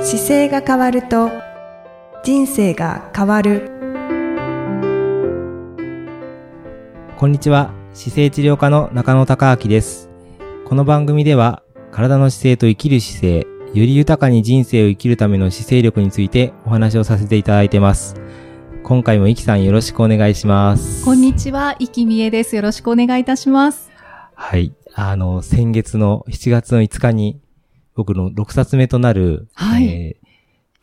姿勢が変わると人生が変わるこんにちは。姿勢治療科の中野隆明です。この番組では、体の姿勢と生きる姿勢、より豊かに人生を生きるための姿勢力についてお話をさせていただいてます。今回もイキさんよろしくお願いします。こんにちは、いきみえです。よろしくお願いいたします。はい。あの、先月の7月の5日に、僕の6冊目となる、はいえー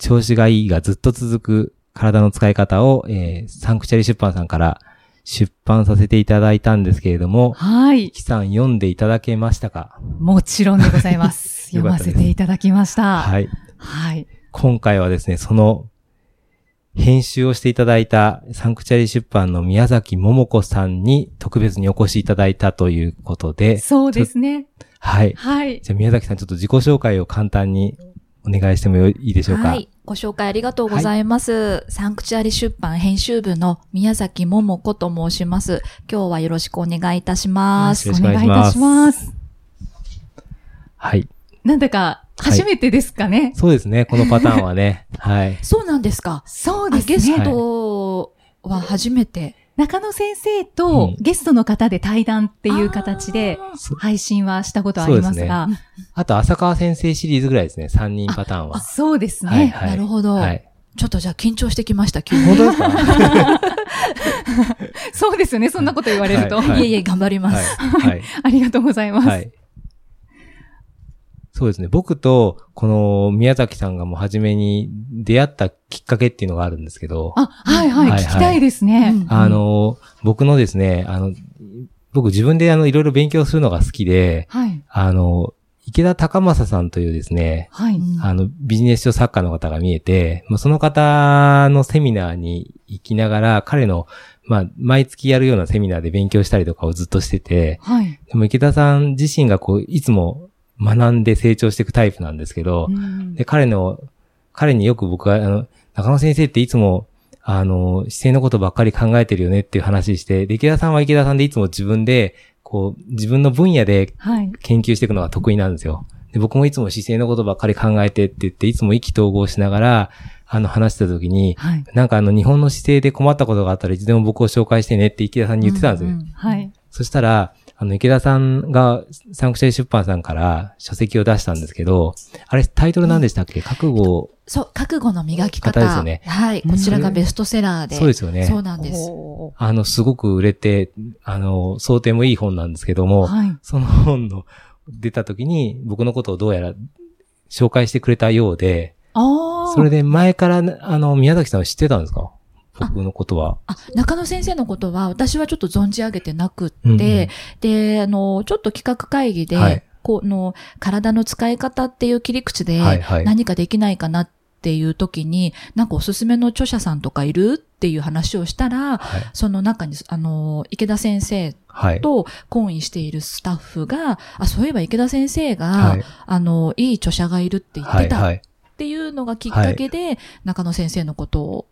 調子がいいがずっと続く体の使い方を、えーサンクチャリ出版さんから出版させていただいたんですけれども、はい。きさん読んでいただけましたかもちろんでございます。よ 読かっまたですせていただきました。はい。はい。今回はですね、その、編集をしていただいたサンクチャリ出版の宮崎桃子さんに特別にお越しいただいたということで、そうですね。はい。はい。じゃあ宮崎さんちょっと自己紹介を簡単にお願いしてもよいいでしょうか。はい。ご紹介ありがとうございます。サンクチュアリ出版編集部の宮崎桃子と申します。今日はよろしくお願いいたします。よろおしくお願い願いしいまたすします。はい。なんだか、はい初めてですかね。そうですね、このパターンはね。 はい。そうなんですか。そうあでゲすね。ストは初めて。中野先生うんとゲストの方で対談っていう形であーそ配信はしたことありますが、あと、浅川先生シリーズぐらいですね、3人パターンは。そうですはい、ね。はい。なるほどはい。ちょっとじゃあ緊張してきました、急に。本当 ですかはそうですよね。そんなこと言われると。はいいえいえ、頑張ります。い。はい。 ありがとうございます。はい。そうですね。僕と、この宮崎さんがもう初めに出会ったきっかけっていうのがあるんですけど、ああ、はいはい、はいはい聞きたいですね。うんの、僕のですね、あの、僕自分であの、いろいろ勉強するのが好きで、はい。あの、池田隆正さんというですね、はい。うんあの、ビジネス書作家の方が見えて、まあ、その方のセミナーに行きながら、彼の、まあ、毎月やるようなセミナーで勉強したりとかをずっとしてて、はい。でも池田さん自身がこう、いつも学んで成長していくタイプなんですけど、うんで、彼の、彼によく僕は、あの、中野先生っていつも、あの、姿勢のことばっかり考えてるよねっていう話して、で、池田さんは池田さんでいつも自分で、こう、自分の分野ではい。研究していくのが得意なんですよ。で、僕もいつも姿勢のことばっかり考えてって言って、いつも意気投合しながら、あの、話してた時に、はい。なんかあの、日本の姿勢で困ったことがあったらいつでも僕を紹介してねって池田さんに言ってたんですよ。ううはい。そしたら、あの、池田さんが、サンクチャリ出版さんから書籍を出したんですけど、あれ、タイトル何でしたっけ覚悟、そう、覚悟の磨き方。方ですよねはい。こちらがベストセラーで。そうですよね。そうなんです。おあの、すごく売れて、あの、想定もいい本なんですけどーも、はい。その本の出た時に、僕のことをどうやら紹介してくれたようで、ああ。それで前から、あの、宮崎さんは知ってたんですか僕のことは。あ、中野先生のことは、私はちょっと存じ上げてなくって、うんうんで、あの、ちょっと企画会議で、はいこの、体の使い方っていう切り口ではいはい、何かできないかなっていう時に、なんかおすすめの著者さんとかいるっていう話をしたら、はい。その中に、あの、池田先生はい。と懇意しているスタッフが、あ、そういえば池田先生が、はい。あの、いい著者がいるって言っはてい。たはっい。ていうのがきっかけで、中野先生のことを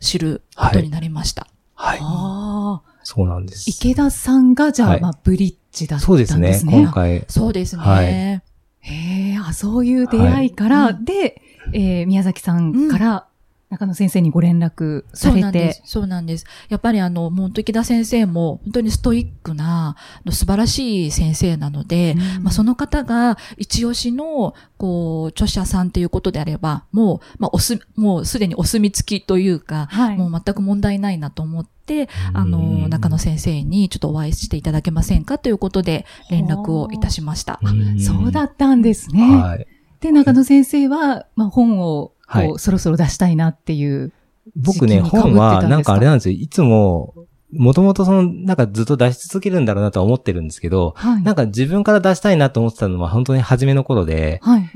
知ることになりました。はい。ああ。そうなんです。池田さんが、じゃあ、はいまあ、ブリッジだったそんうでですすね。ね。今回、そうですね。はいへえ、あ、そういう出会いから、はいで、えー、宮崎さんから、中野先生にご連絡そさうれなんでてす。。そうなんです。やっぱりあの、もう池田先生も本当にストイックな、あの素晴らしい先生なので、うんまあ、その方が一押しの、こう、著者さんということであれば、もう、まあ、おす、もうすでにお墨付きというか、はい。もう全く問題ないなと思って、あうの、ん中野先生にちょっとお会いしていただけませんかということで連絡をいたしました。うんそうだったんですね。はい。で、中野先生は、まあ、本を、こう、はいそろそろ出したいなっていう。僕ね、時期に被ってた本んですかは、なんかあれなんですよ。いつも、もともとその、なんかずっと出し続けるんだろうなとは思ってるんですけど、はい。なんか自分から出したいなと思ってたのは本当に初めの頃で、はい。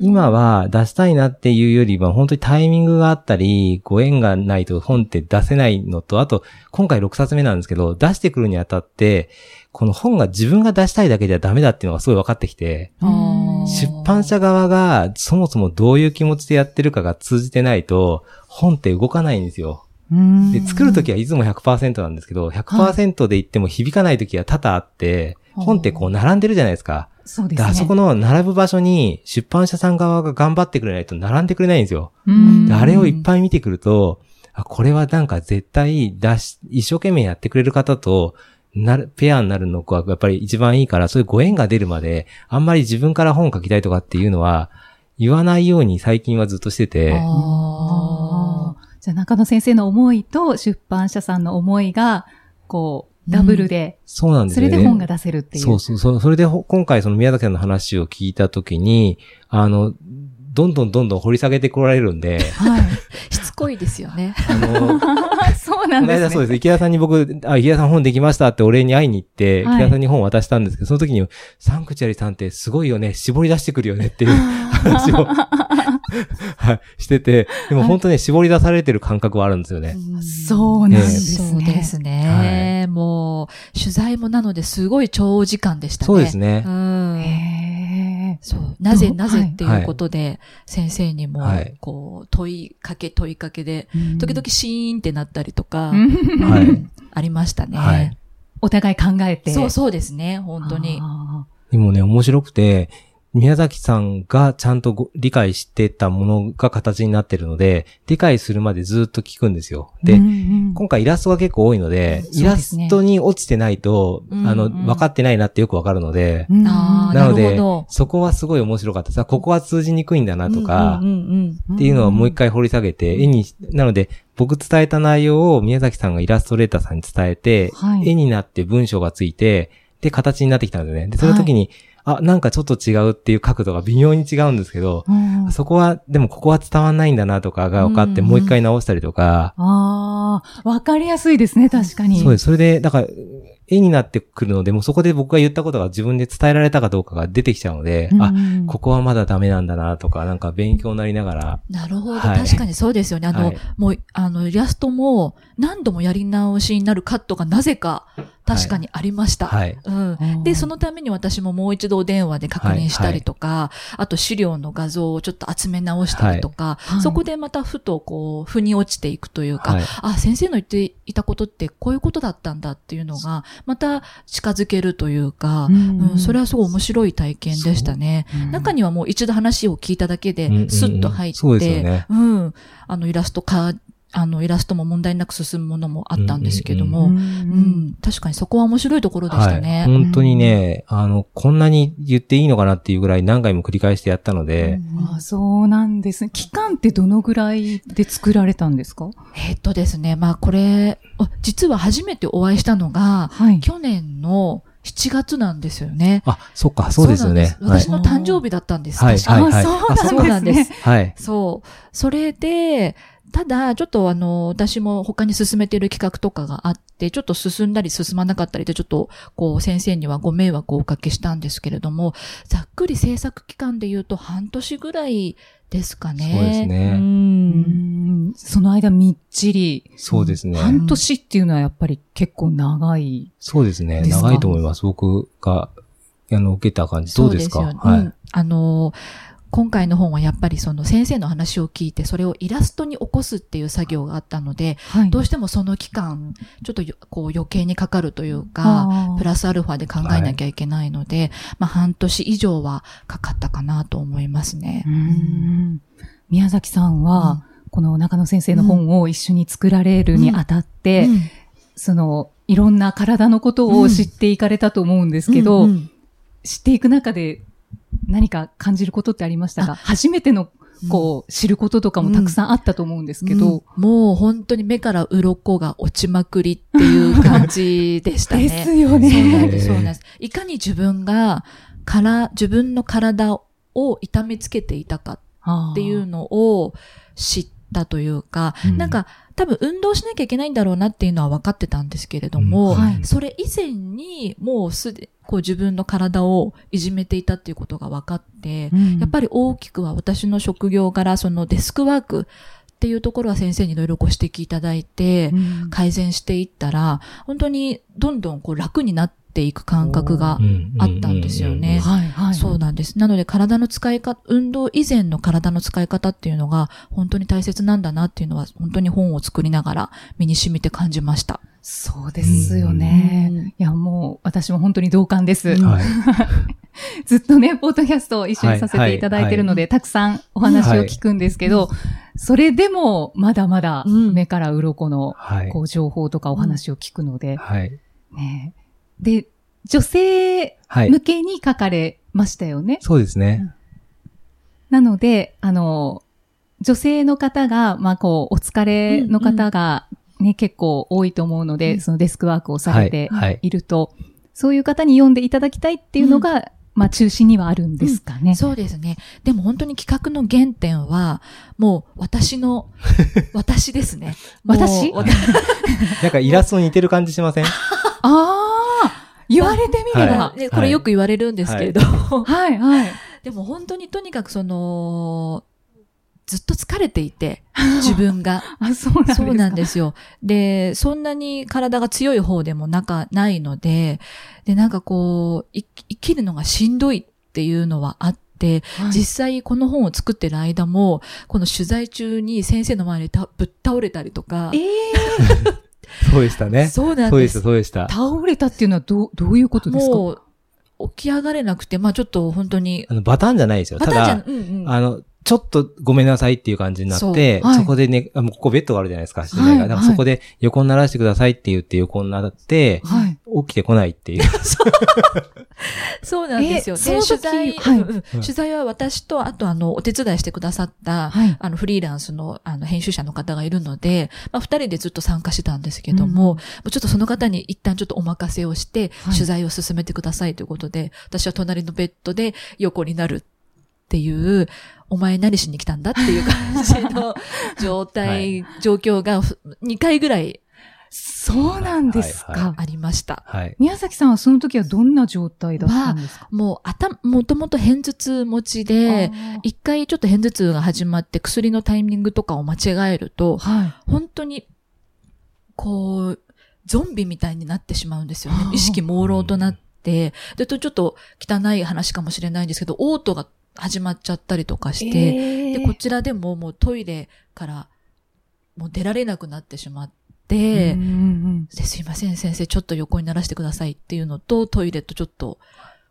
今は出したいなっていうよりは本当にタイミングがあったり、ご縁がないと本って出せないのと、あと今回6冊目なんですけど、出してくるにあたって、この本が自分が出したいだけじゃダメだっていうのがすごい分かってきて、あー出版社側がそもそもどういう気持ちでやってるかが通じてないと、本って動かないんですよ。で、作るときはいつも100%なんですけど、100%で言っても響かないときは多々あって、はい本ってこう並んでるじゃないですか。そうでですね。あそこの並ぶ場所に出版社さん側が頑張ってくれないと並んでくれないんですよ。うんであれをいっぱい見てくると、あこれはなんか絶対出し、一生懸命やってくれる方と、なる、ペアになるのがやっぱり一番いいから、そういうご縁が出るまで、あんまり自分から本を書きたいとかっていうのは、言わないように最近はずっとしてて、あじゃあ中野先生の思いと出版社さんの思いが、こう、ダブルで、そうなんですそよれね。で本が出せるっていう。そうそうそう。それでほ今回その宮崎さんの話を聞いたときに、あの、どんどんどんどん掘り下げてこられるんで、はい。ーしつこいですよ ね。あの、あ そうなこのんです間ね。そうです。池田さんに僕、あ、池田さん本できましたってお礼に会いに行って、はい池田さんに本渡したんですけど、その時に、サンクチュアリさんってすごいよね、絞り出してくるよねっていう話 を、はい、してて、でも本当ね、絞り出されてる感覚はあるんですよね。そうなんですそうね。ですね。もう、取材もなのですごい長時間でしたね。そうですねう。へん。えそう。なぜどうなぜってはいいうことで、先生にもはい、こう、問いかけ問いかけで、うん時々シーンってなったりとかう、んはいうんありましたね。はい お互い考えて。そうそうですね、本当に。あでもね、面白くて、宮崎さんがちゃんとご理解してたものが形になってるので、理解するまでずっと聞くんですよ。ー。で、うんうん今回イラストが結構多いので、そうイラですねストに落ちてないと、うんうんあの、分かってないなってよくわかるので、うんうんあーなのなでるほどそこはすごい面白かったです。あここは通じにくいんだなとか、うんうんうんっていうのをもう一回掘り下げて、絵に、なので、僕伝えた内容を宮崎さんがイラストレーターさんに伝えて、はい絵になって文章がついて、で、形になってきたんですよね。で、その時に、あ、なんかちょっと違うっていう角度が微妙に違うんですけど、うんそこは、でもここは伝わんないんだなとかが分かって、うんうんもう一回直したりとか、ああ、わかりやすいですね、確かに。そうです。それで、だから、絵になってくるので、もうそこで僕が言ったことが自分で伝えられたかどうかが出てきちゃうので、うんうん。あ、ここはまだダメなんだなとか、なんか勉強になりながら、なるほど。はい確かにそうですよね。あの、はいもう、あの、イラストも何度もやり直しになるカットがなぜか、確かにありました。はい。うん。で、そのために私ももう一度お電話で確認したりとか、あと資料の画像をちょっと集め直したりとか、いそこでまたふとこう、腑に落ちていくというか、はいあ、先生の言っていたことってこういうことだったんだっていうのが、また近づけるというか、うんうんそれはすごい面白い体験でしたね。中にはもう一度話を聞いただけうんうんうで、んスッと入って、そうですよねうんあの、イラストか、あの、イラストも問題なく進むものもあったんですけども、ううんん確かにそこは面白いところでしたね。はい、本当にね、あの、こんなに言っていいのかなっていうぐらい何回も繰り返してやったので、あそうなんですね。期間ってどのぐらいで作られたんですかえっとですね、まあこれ、あ実は初めてお会いしたのが、はい。去年の7月なんですよね。あ、そっか、そうですよね。そうなんです私はいの誕生日だったんです。はい確かはいあはいそうなんですね。そうなんです。はい。そう。それで、ただ、ちょっとあの、私も他に進めている企画とかがあって、ちょっと進んだり進まなかったりで、ちょっと、こう、先生にはご迷惑をおかけしたんですけれども、ざっくり制作期間で言うと半年ぐらいですかね。そうですねんうんその間みっちり。そうですね。半年っていうのはやっぱり結構長い。そうですね。ですか長いと思います。僕が、あの、受けた感じ。どうですかそうよねはういん。あの、今回の本はやっぱりその先生の話を聞いて、それをイラストに起こすっていう作業があったので、はいどうしてもその期間、ちょっとよこう余計にかかるというか、あープラスアルファで考えなきゃいけないので、まあ半年以上はかかったかなと思いますねう。ん宮崎さんは、この中野先生の本を一緒に作られるにあたって、うんその、いろんな体のことを知っていかれたと思うんですけど、うんうん知っていく中で何か感じることってありましたか初めての、こう、知ることとかもたくさんあったと思うんですけど、うんもう本当に目から鱗が落ちまくりっていう感じでしたね。 ですよそうなんね。です、へー そうなんです。いかに自分が、から、自分の体を痛めつけていたかっていうのを知ったというか、うんなんか、多分運動しなきゃいけないんだろうなっていうのは分かってたんですけれどうも、んはいそれ以前にもうすで、こう自分の体をいじめていたっていうことが分かって、うん。やっぱり大きくは私の職業柄、そのデスクワークっていうところは先生にいろいろご指摘いただいて、うん改善していったら、本当にどんどんこう楽になっっていく感覚があったんですよね。はい、はい。そうなんです。なので体の使い方、運動以前の体の使い方っていうのが本当に大切なんだなっていうのは本当に本を作りながら身に染みて感じました。そうですよね。うんいや、もう、私も本当に同感です。うんはい。ずっとね、ポートキャストを一緒にさせていただいてるので、たくさんお話を聞くんですけど、それでも、まだまだうん目から鱗の、はい。こう、情報とかお話を聞くので、はい。ね。で、女性はい。向けに書かれましたよね。そうですね。なので、あの、女性の方が、まあ、こう、お疲れの方が、ね、結構多いと思うので、うんそのデスクワークをされてはいはいいると、そういう方に読んでいただきたいっていうのが、まあ、中心にはあるんですかね。そうですね。でも本当に企画の原点は、もう私の、私ですね。もう 私わなんかイラストに似てる感じしませんああ言われてみればは。ねこれよく言われるんですけれど、はい、はい。 でも本当にとにかくその、ずっと疲れていて、自分が。あ、そうなんですか。 そうなんですよ。で、そんなに体が強い方でもなか、ないので、で、なんかこう、い生きるのがしんどいっていうのはあって、はい。実際この本を作ってる間も、この取材中に先生の前でたぶっ倒れたりとか、そうでしたね。そうなんそうででした、す。そうでした。倒れたっていうのはどう、どういうことですかもう、起き上がれなくて、まあちょっと本当に、あの、バタンじゃないですよ。パたターンじゃんだ、うんうん。あの、ちょっとごめんなさいっていう感じになって、そうはいそこでね、あもうここベッドがあるじゃないですか、室内はが。いだからはいそこで横にならしてくださいって言って横になって、はい。起きてこないっていう。そうなんですよ。えで、その時取材、はいうんうん取材は私と、あとあの、お手伝いしてくださった、はい。あの、フリーランスの、あの、編集者の方がいるので、まあ、二人でずっと参加してたんですけども、うんもうちょっとその方に一旦ちょっとお任せをして、はい取材を進めてくださいということで、私は隣のベッドで横になるっていう、お前何しに来たんだっていう感じの 状態、状況が2回ぐらいそうなんですはいはいか。ありました。はい。宮崎さんはその時はどんな状態だったんですかもう頭、もともと偏頭痛持ちで、あー一回ちょっと偏頭痛が始まって薬のタイミングとかを間違えると、はい。本当に、こう、ゾンビみたいになってしまうんですよねは。あ意識朦朧となって、で、とちょっと汚い話かもしれないんですけど、オートが始まっちゃったりとかして、えーで、こちらでももうトイレからもう出られなくなってしまって、うんうんですいません先生、ちょっと横にならしてくださいっていうのと、トイレとちょっと、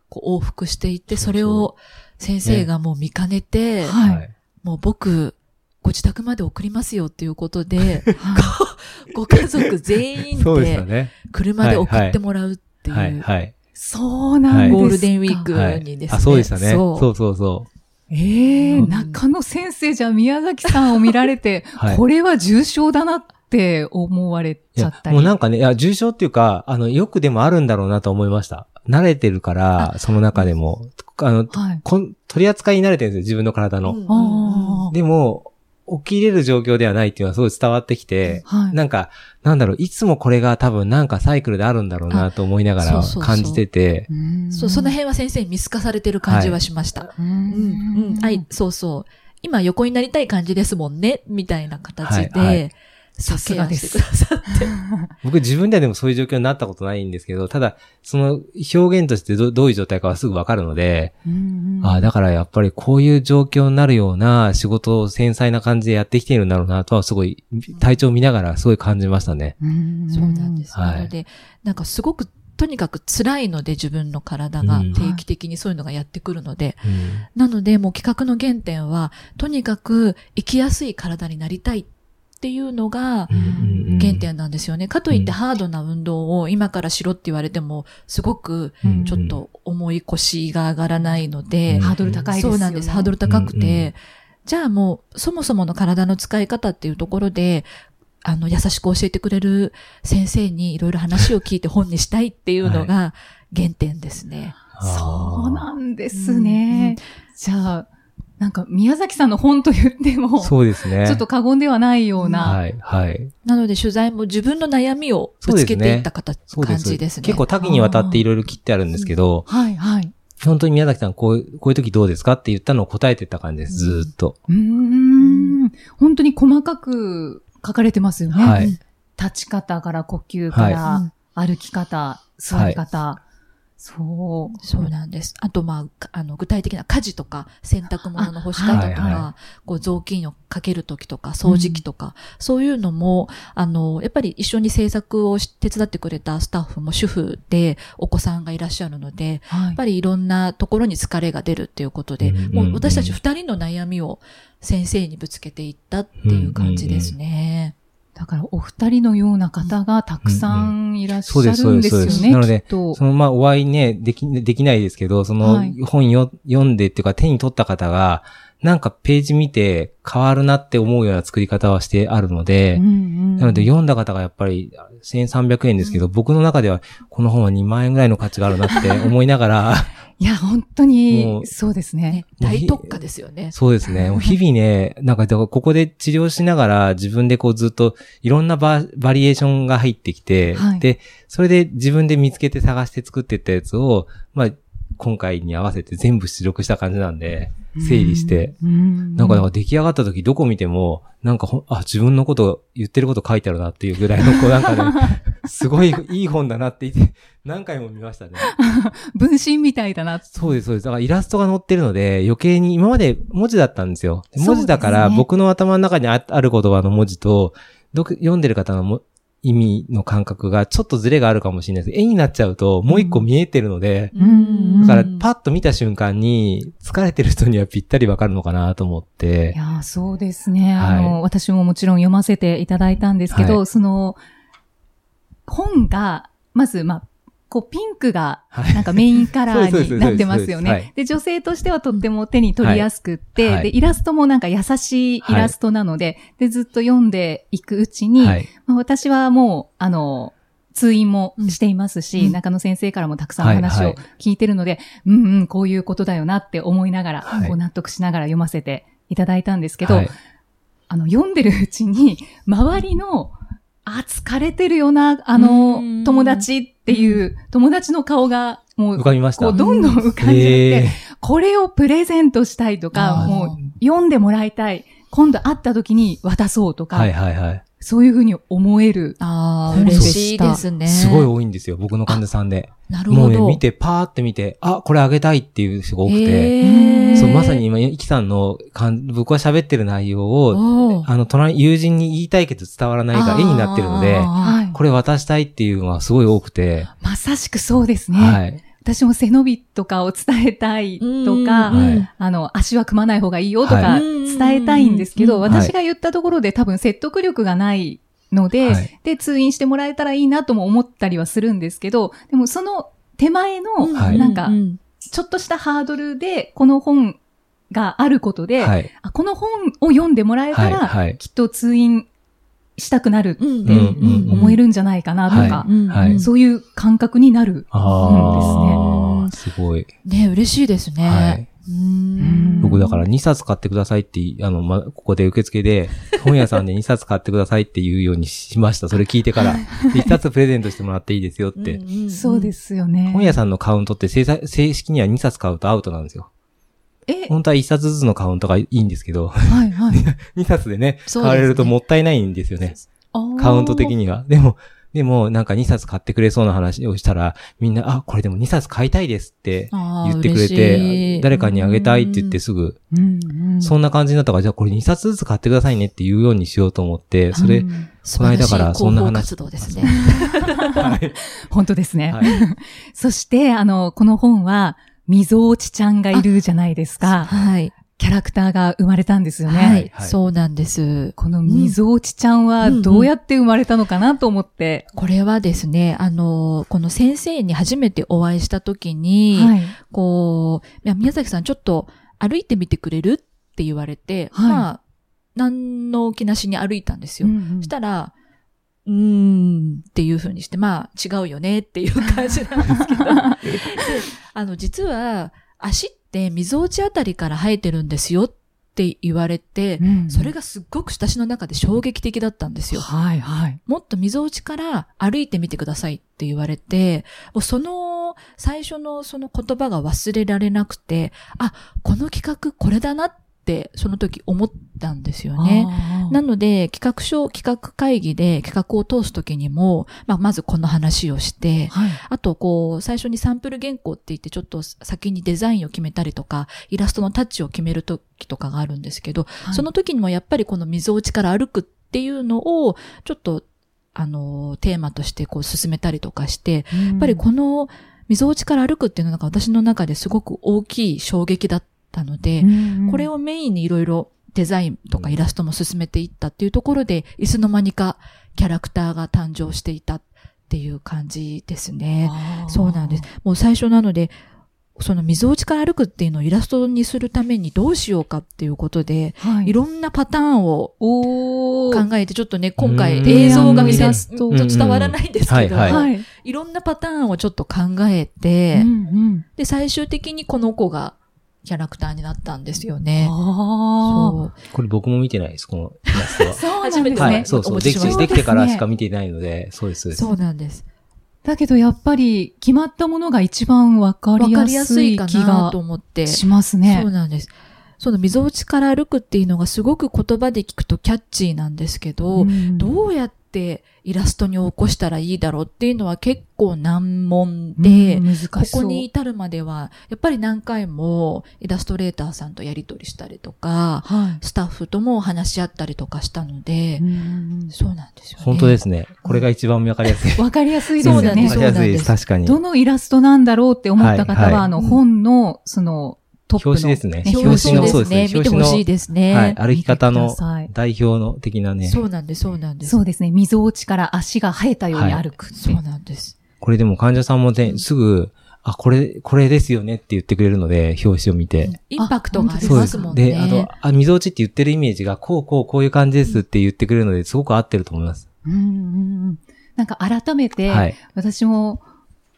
こう往復していて、それを先生がもう見かねうて、んはい。もう僕、ご自宅まで送りますよっていうことで、は ご家族全員そうでしたでね。車で送ってもらうっていはい、う、はい。いそうなんですか。ゴールデンウィークはいにですね。あ、そうでしたね。そうそうそうそええうん中野先生じゃ宮崎さんを見られて、 はいこれは重症だなって思われう。いちゃやった、り。もうなんかね、いや、重症っていうか、あの、よくでもあるんだろうなと思いました。慣れてるから、その中でも、あの、はい。こん取り扱いに慣れてるんですよ、自分の体の。うんああ。でも、起きれる状況ではないっていうのはすごい伝わってきて、はい。なんか、なんだろう、いつもこれが多分なんかサイクルであるんだろうなと思いながあそらうそうそう感じてて、うんそう、その、辺は先生に見透かされてる感じはしました。ううんん、うん、はい、そうそう。今横になりたい感じですもんね、みたいな形で、はいはいさすがです。僕自分ではでもそういう状況になったことないんですけど、ただ、その表現としてどどういう状態かはすぐわかるので、うんうんああ、だからやっぱりこういう状況になるような仕事を繊細な感じでやってきているんだろうなとはすごい、体調を見ながらすごい感じましたね。うんそうなんです。はいなので、なんかすごく、とにかく辛いので自分の体がうん定期的にそういうのがやってくるので、うんなのでもう企画の原点は、とにかく生きやすい体になりたいっていうのがうんうんうん原点なんですよね。かといっうんてハードな運動を今からしろって言われても、すごくうんちょっと重い腰が上がらないので、うんハードル高いですよ、そね。うなんです。ハードル高くて、うんうんじゃあもう、そもそもの体の使い方っていうところで、あの、優しく教えてくれる先生にいろいろ話を聞いて本にしたいっていうのが原点ですね。そうなんですね。じゃあ、なんか宮崎さんの本と言っても、そうですね。ちょっと過言ではないような。はい、はい。なので取材も自分の悩みをぶつけていった形、そうで感すじですね。結構多岐にわたっていろいろ切ってあるんですけど、はい、はい。本当に宮崎さん、こういう、こういう時どうですかって言ったのを答えてった感じです、ずーっと。うーん。本当に細かく書かれてますよね。はい立ち方から呼吸から、は歩き方、座り方、そう。そうなんです。あと、まあか、あの、具体的な家事とか、洗濯物の干し方あはいとか、はこう、雑巾をかけるときとか、掃除機とか、そういうのも、あの、やっぱり一緒に制作をし手伝ってくれたスタッフも主婦で、お子さんがいらっしゃるので、はやっぱりいろんなところに疲れが出るっていうことで、うんうんうんもう私たち二人の悩みを先生にぶつけていったっていう感じですね。だからお二人のような方がたくさんいらっしゃそうですそるんうでですすそうですなよね、のできっとそ。のまあお会いね、でき、できないですけど、そのはい本よ、読んでっていうか手に取った方が、なんかページ見て変わるなって思うような作り方はしてあるので、ななので読んだ方がやっぱり1300円ですけど、僕の中ではこの本は2万円ぐらいの価値があるなって思いながら、いや、本当もにう、そうですね。大特化ですよね。そうです ね。もう日々ね、なんか、だからここで治療しながら自分でこうずっといろんなババリエーションが入ってきて、はいで、それで自分で見つけて探して作っていったやつを、まあ、今回に合わせて全部出力した感じなんで、整理して、うん。なんかだから出来上がった時どこ見ても、なんかほん、あ、自分のこと、言ってること書いてあるなっていうぐらいの、こうなんか ね、すごいいい本だなって言って、何回も見ましたね。分身みたいだな。そうです、そうです。だからイラストが載ってるので、余計に今まで文字だったんですよ。でそうですね文字だから、僕の頭の中にあある言葉の文字と、どく読んでる方のも意味の感覚がちょっとズレがあるかもしれないです。絵になっちゃうと、もう一個見えてるので、うんうんだからうんパッと見た瞬間に、疲れてる人にはぴったりわかるのかなと思っいて。やー、そうですね。あはの、私ももちろん読ませていただいたんですけど、はその、本が、まず、まあ、こう、ピンクが、はいなんかメインカ ラそうですそうーですになってますよそうですはねい。で、女性としてはとっても手に取りやすくって、はいはいで、イラストもなんか優しいイラストなので、で、ずっと読んでいくうちに、はい。まあ、私はもう、あの、通院もしていますし、うん中野先生からもたくさんお話はいをは聞いてるので、うんうん、こういうことだよなって思いながら、はいこう納得しながら読ませていただいたんですけど、はいあの、読んでるうちに、周りの、あ、疲れてるよな、あのう、ん友達っていう、友達の顔が、も浮う、かびました。こう、どんどん浮かんへでーって、これをプレゼントしたいとあか、ーもう、読んでもらいたい。今度会った時に渡そうとか、はいはいはい。そういうふうに思える。ああ、そうで嬉したしいですね。すごい多いんですよ、僕の患者さんで。なるもほうね、ど。見て、パーって見て、あ、これあげたいっていう人が多くて。へーそう、まさに今、イキさんの感、僕が喋ってる内容を、おーあの、隣、友人に言いたいけど伝わらないが絵になってるのであー、はい。これ渡したいっていうのはすごい多くて、まさしくそうですね。はい。私も背伸びとかを伝えたいとうんか、はいあの、足は組まない方がいいよとかはい伝えたいんですけど、うんうん私が言ったところで多分説得力がないので、はいで、通院してもらえたらいいなとも思ったりはするんですけど、でもその手前の、はいなんかう、ちょっとしたハードルで、この本があることで、はい。あこの本を読んでもらえはたい。ら、はい。きっと通院したくなるってうんうん思えるるんじゃないかなとか、はいはいそういう感覚になるあうあ、んすごい。ね、嬉しいですね。はいうん。僕だから2冊買ってくださいって、あの、ま、ここで受付で、本屋さんで2冊買ってくださいっていうようにしました。それ聞いて から。1冊プレゼントしてもらっていいですよって。そうですすよね。本屋さんのカウントって正正式には2冊買うとアウトなんですよ。え、本当は1冊ずつのカウントがいいんですけど、 はいはい。 2冊でね、そうですね買われるともったいないんですよね。カウント的に。には。でも、でも、なんか2冊買ってくれそうな話をしたら、みんな、あ、これでも2冊買いたいですってあー言ってくれ、嬉してい誰かにあげたいって言ってすぐ、うんうん、そんな感じになったから、じゃあこれ2冊ずつ買ってくださいねって言うようにしようと思って、そ れ、この間からそんな話素晴らしい広報活動ですね。 はい。本当ですね。はいそして、あの、この本は、みぞおちちゃんがいるじゃないですか。はい。キャラクターが生まれたんですよね。はいは。いそうなんです。このみぞおちちゃんはどうやって生まれたのかなと思って。これはですね、あの、この先生に初めてお会いしたときに、はい。こう、いや、宮崎さんちょっと歩いてみてくれるって言われて、はいまあ、何の気なしに歩いたんですよ。うんうんしたら、うーんっていう風にして、まあ違うよねっていう感じなんです けど。であの、実は足って溝落ちあたりから生えてるんですよって言われて、うんそれがすっごく私の中で衝撃的だったんですよ。はいはい。もっと溝落ちから歩いてみてくださいって言われて、もうその最初のその言葉が忘れられなくて、あ、この企画これだなっって、その時思ったんですよね。なので、企画書、企画会議で企画を通す時にも、まあ、まずこの話をして、はい。あと、こう、最初にサンプル原稿って言って、ちょっと先にデザインを決めたりとか、イラストのタッチを決める時とかがあるんですけど、いその時にもやっぱりこの溝落ちから歩くっていうのを、ちょっと、あの、テーマとしてこう進めたりとかして、ややっぱりこの溝落ちから歩くっていうのが私の中ですごく大きい衝撃だったので、これを、をメインにいろいろデザインとかイラストも進めていったっていうところで、いつの間にかキャラクターが誕生していたっていう感じですね。そうなんです。。もう最初なので、その溝落ちから歩くっていうのをイラストにするためにどうしようかっていうことで、はいいろんなパターンをお考えて、ちょっとね、今う回ん映像が見せうんイる、ラちスょトっと伝わらないんですけど、うんはいはい。いろんなパターンをちょっと考えてう、んうんで、最終的にこの子がキャラクターになったんですよね。あそう。これ僕も見てないです、このイラスト はあ。。そう初めてねはい、そうそおう。持ちでしきましたできてからしか見ていないので、そうです。そうですそうなんです。だけどやっぱり決まったものが一番わかわりかやりやすすいいか気ながと思って。しますねそう。なんです。その溝落ちから歩くっていうのがすごく言葉で聞くとキャッチーなんですけど、んどうやってイラストに起こしたらいいだろうっていうのは結構難問うんで、難しこそうこに、至るまでは、やっぱり何回もイラストレーターさんとやり取りしたりとか、はスタッフとも話し合ったりとかしたのでい、うんそうなんですよね。。本当ですすね。これが一番わかりやすい。わかりやすいでそうすなよんでねす。わかりやすいです、確かに。どのイラストなんだろうって思った方は、はいはいあの、うん本の、その、トップの。表紙ですね表表紙紙ののそそううでですすねね。見てほしいですね。はい、歩き方見てのください代表の的なね。そうなんです、そうなんです。そうですね。溝落ちから足が生えたように歩くってそうなんです。これでも患者さんもうね、んすぐ、あ、これ、これですよねって言ってくれるので、表紙を見て。インパクトがありそうまですすも。んね。で、あと、あ、溝落ちって言ってるイメージが、こう、こう、こういう感じですって言ってくれるので、すごく合ってると思います。うんうんうん。なんか改めて、はい。私も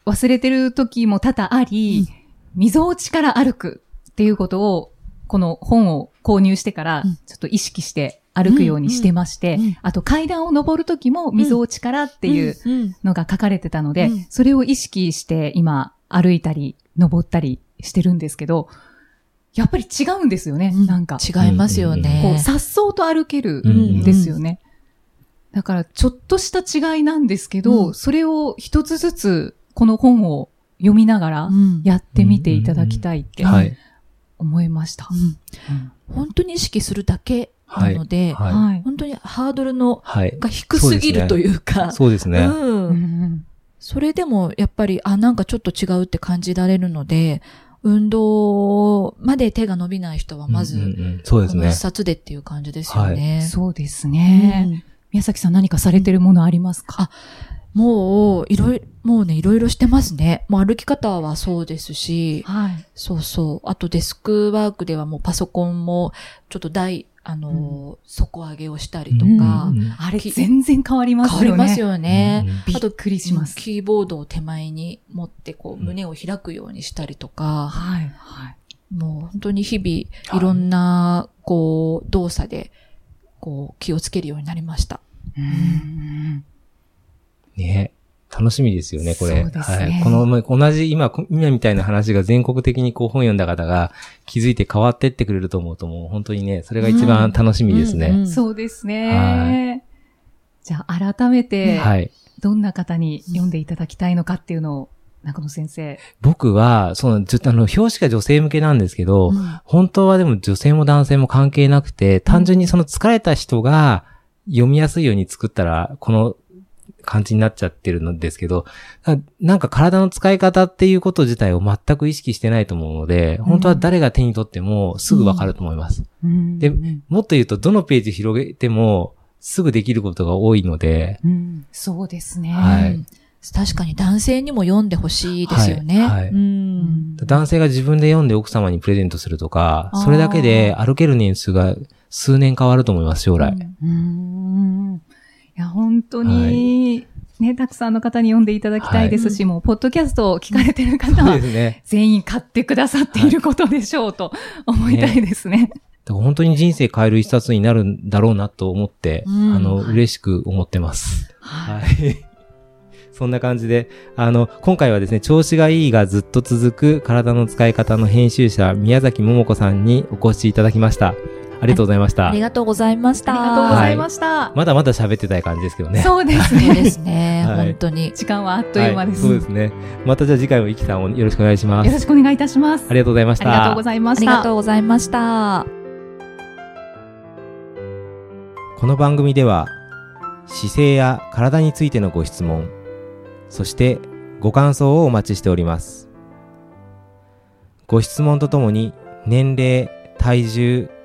忘れてる時も多々あり、溝落ちから歩くっていうことを、この本を購入してからうん、ちょっと意識して歩くようにしてまして、うんうんうんあと階段を登る時も溝落ちからっていううんうんのが書かれてたので、うんそれを意識して今歩いたり登ったりしてるんですけど、やっぱり違うんですよね、うんなんか。違いますよね。こう、さっそうと歩けるうんですよね。だから、ちょっとした違いなんですけど、うんそれを一つずつこの本を読みながらうんやってみていただきたいってはい。思いました。うん本当に意識するだけなので、はい。い。本当にハードルのはい。が低すぎるというか、そうですね。ううんんそれでもやっぱり、あ、なんかちょっと違うって感じられるので、運動まで手が伸びない人はまず、うんうんうんそうですこのね一。冊でっていう感じですようんね。そうですうね、ん宮崎さん何かされてるものありますか、もう、いろいろ、もうね、いろいろしてますね。もう歩き方はそうですし、はい。そうそう。あとデスクワークではもうパソコンも、ちょっと台、あのー、底上げをしたりとうんか、うんあれき全然変わります変よわね。りますよね。うんあと、びっくりしますキーボードを手前に持って、こう、胸を開くようにしたりとか、はい。はい。もう本当に日は々、いいろんな、こう、動作で、こう、気をつけるようになりました。うんね楽しみですよね、これ。そうですはねい。この、ま同じ、今、こ今みたいな話が全国的にこう本読んだ方が気づいて変わってってくれると思うと、もう本当にね、それが一番楽しみですね。うんうんそうですね。じゃあ、改めて、はい。どんな方に読んでいただきたいのかっていうのを、中野先生。僕は、その、ずっとあの、表紙が女性向けなんですけど、うん本当はでも女性も男性も関係なくて、単純にその疲れた人が読みやすいように作ったら、この感じになっちゃってるんですけど、ななんか体の使い方っていうこと自体を全く意識してないと思うので、本当は誰が手に取ってもすぐわかると思います。でうんもっと言うと、どのページ広げてもすぐできることが多いので、うん、そうですね。はいうん確かに男性にも読んでほしいですよね。はいはいうん男性が自分で読んで奥様にプレゼントするとかあー、それだけで歩ける年数が数年変わると思います、将来。うんいや、本当に、ね、たくさんの方に読んでいただきたいですし、もう、ポッドキャストを聞かれてる方そうはで、すね。全員買ってくださっていることでしょうと思いたいですね。だから本当に人生変える一冊になるんだろうなと思って、うんあの、嬉しく思ってます。はいはい。 そんな感じで、あの、今回はですね、調子がいいがずっと続く体の使い方の編集者、宮崎桃子さんにお越しいただきました。ありがとうございました。ありがとうございましあた。りがとうございました。まだまだ喋ってたい感じですけどね。。そうですそうね。ですねはい本当に。時間はあっという間です。はいそうよですね。またじゃあ次回もイキさんをよろしくお願いします。ろしくお願いいたします。ありがとうございましあた。りがとうございまあしりがたと。うございました。この番組では姿勢や体についてのご質問そしてご感想をお待ちしておりますご質問とともに年齢体重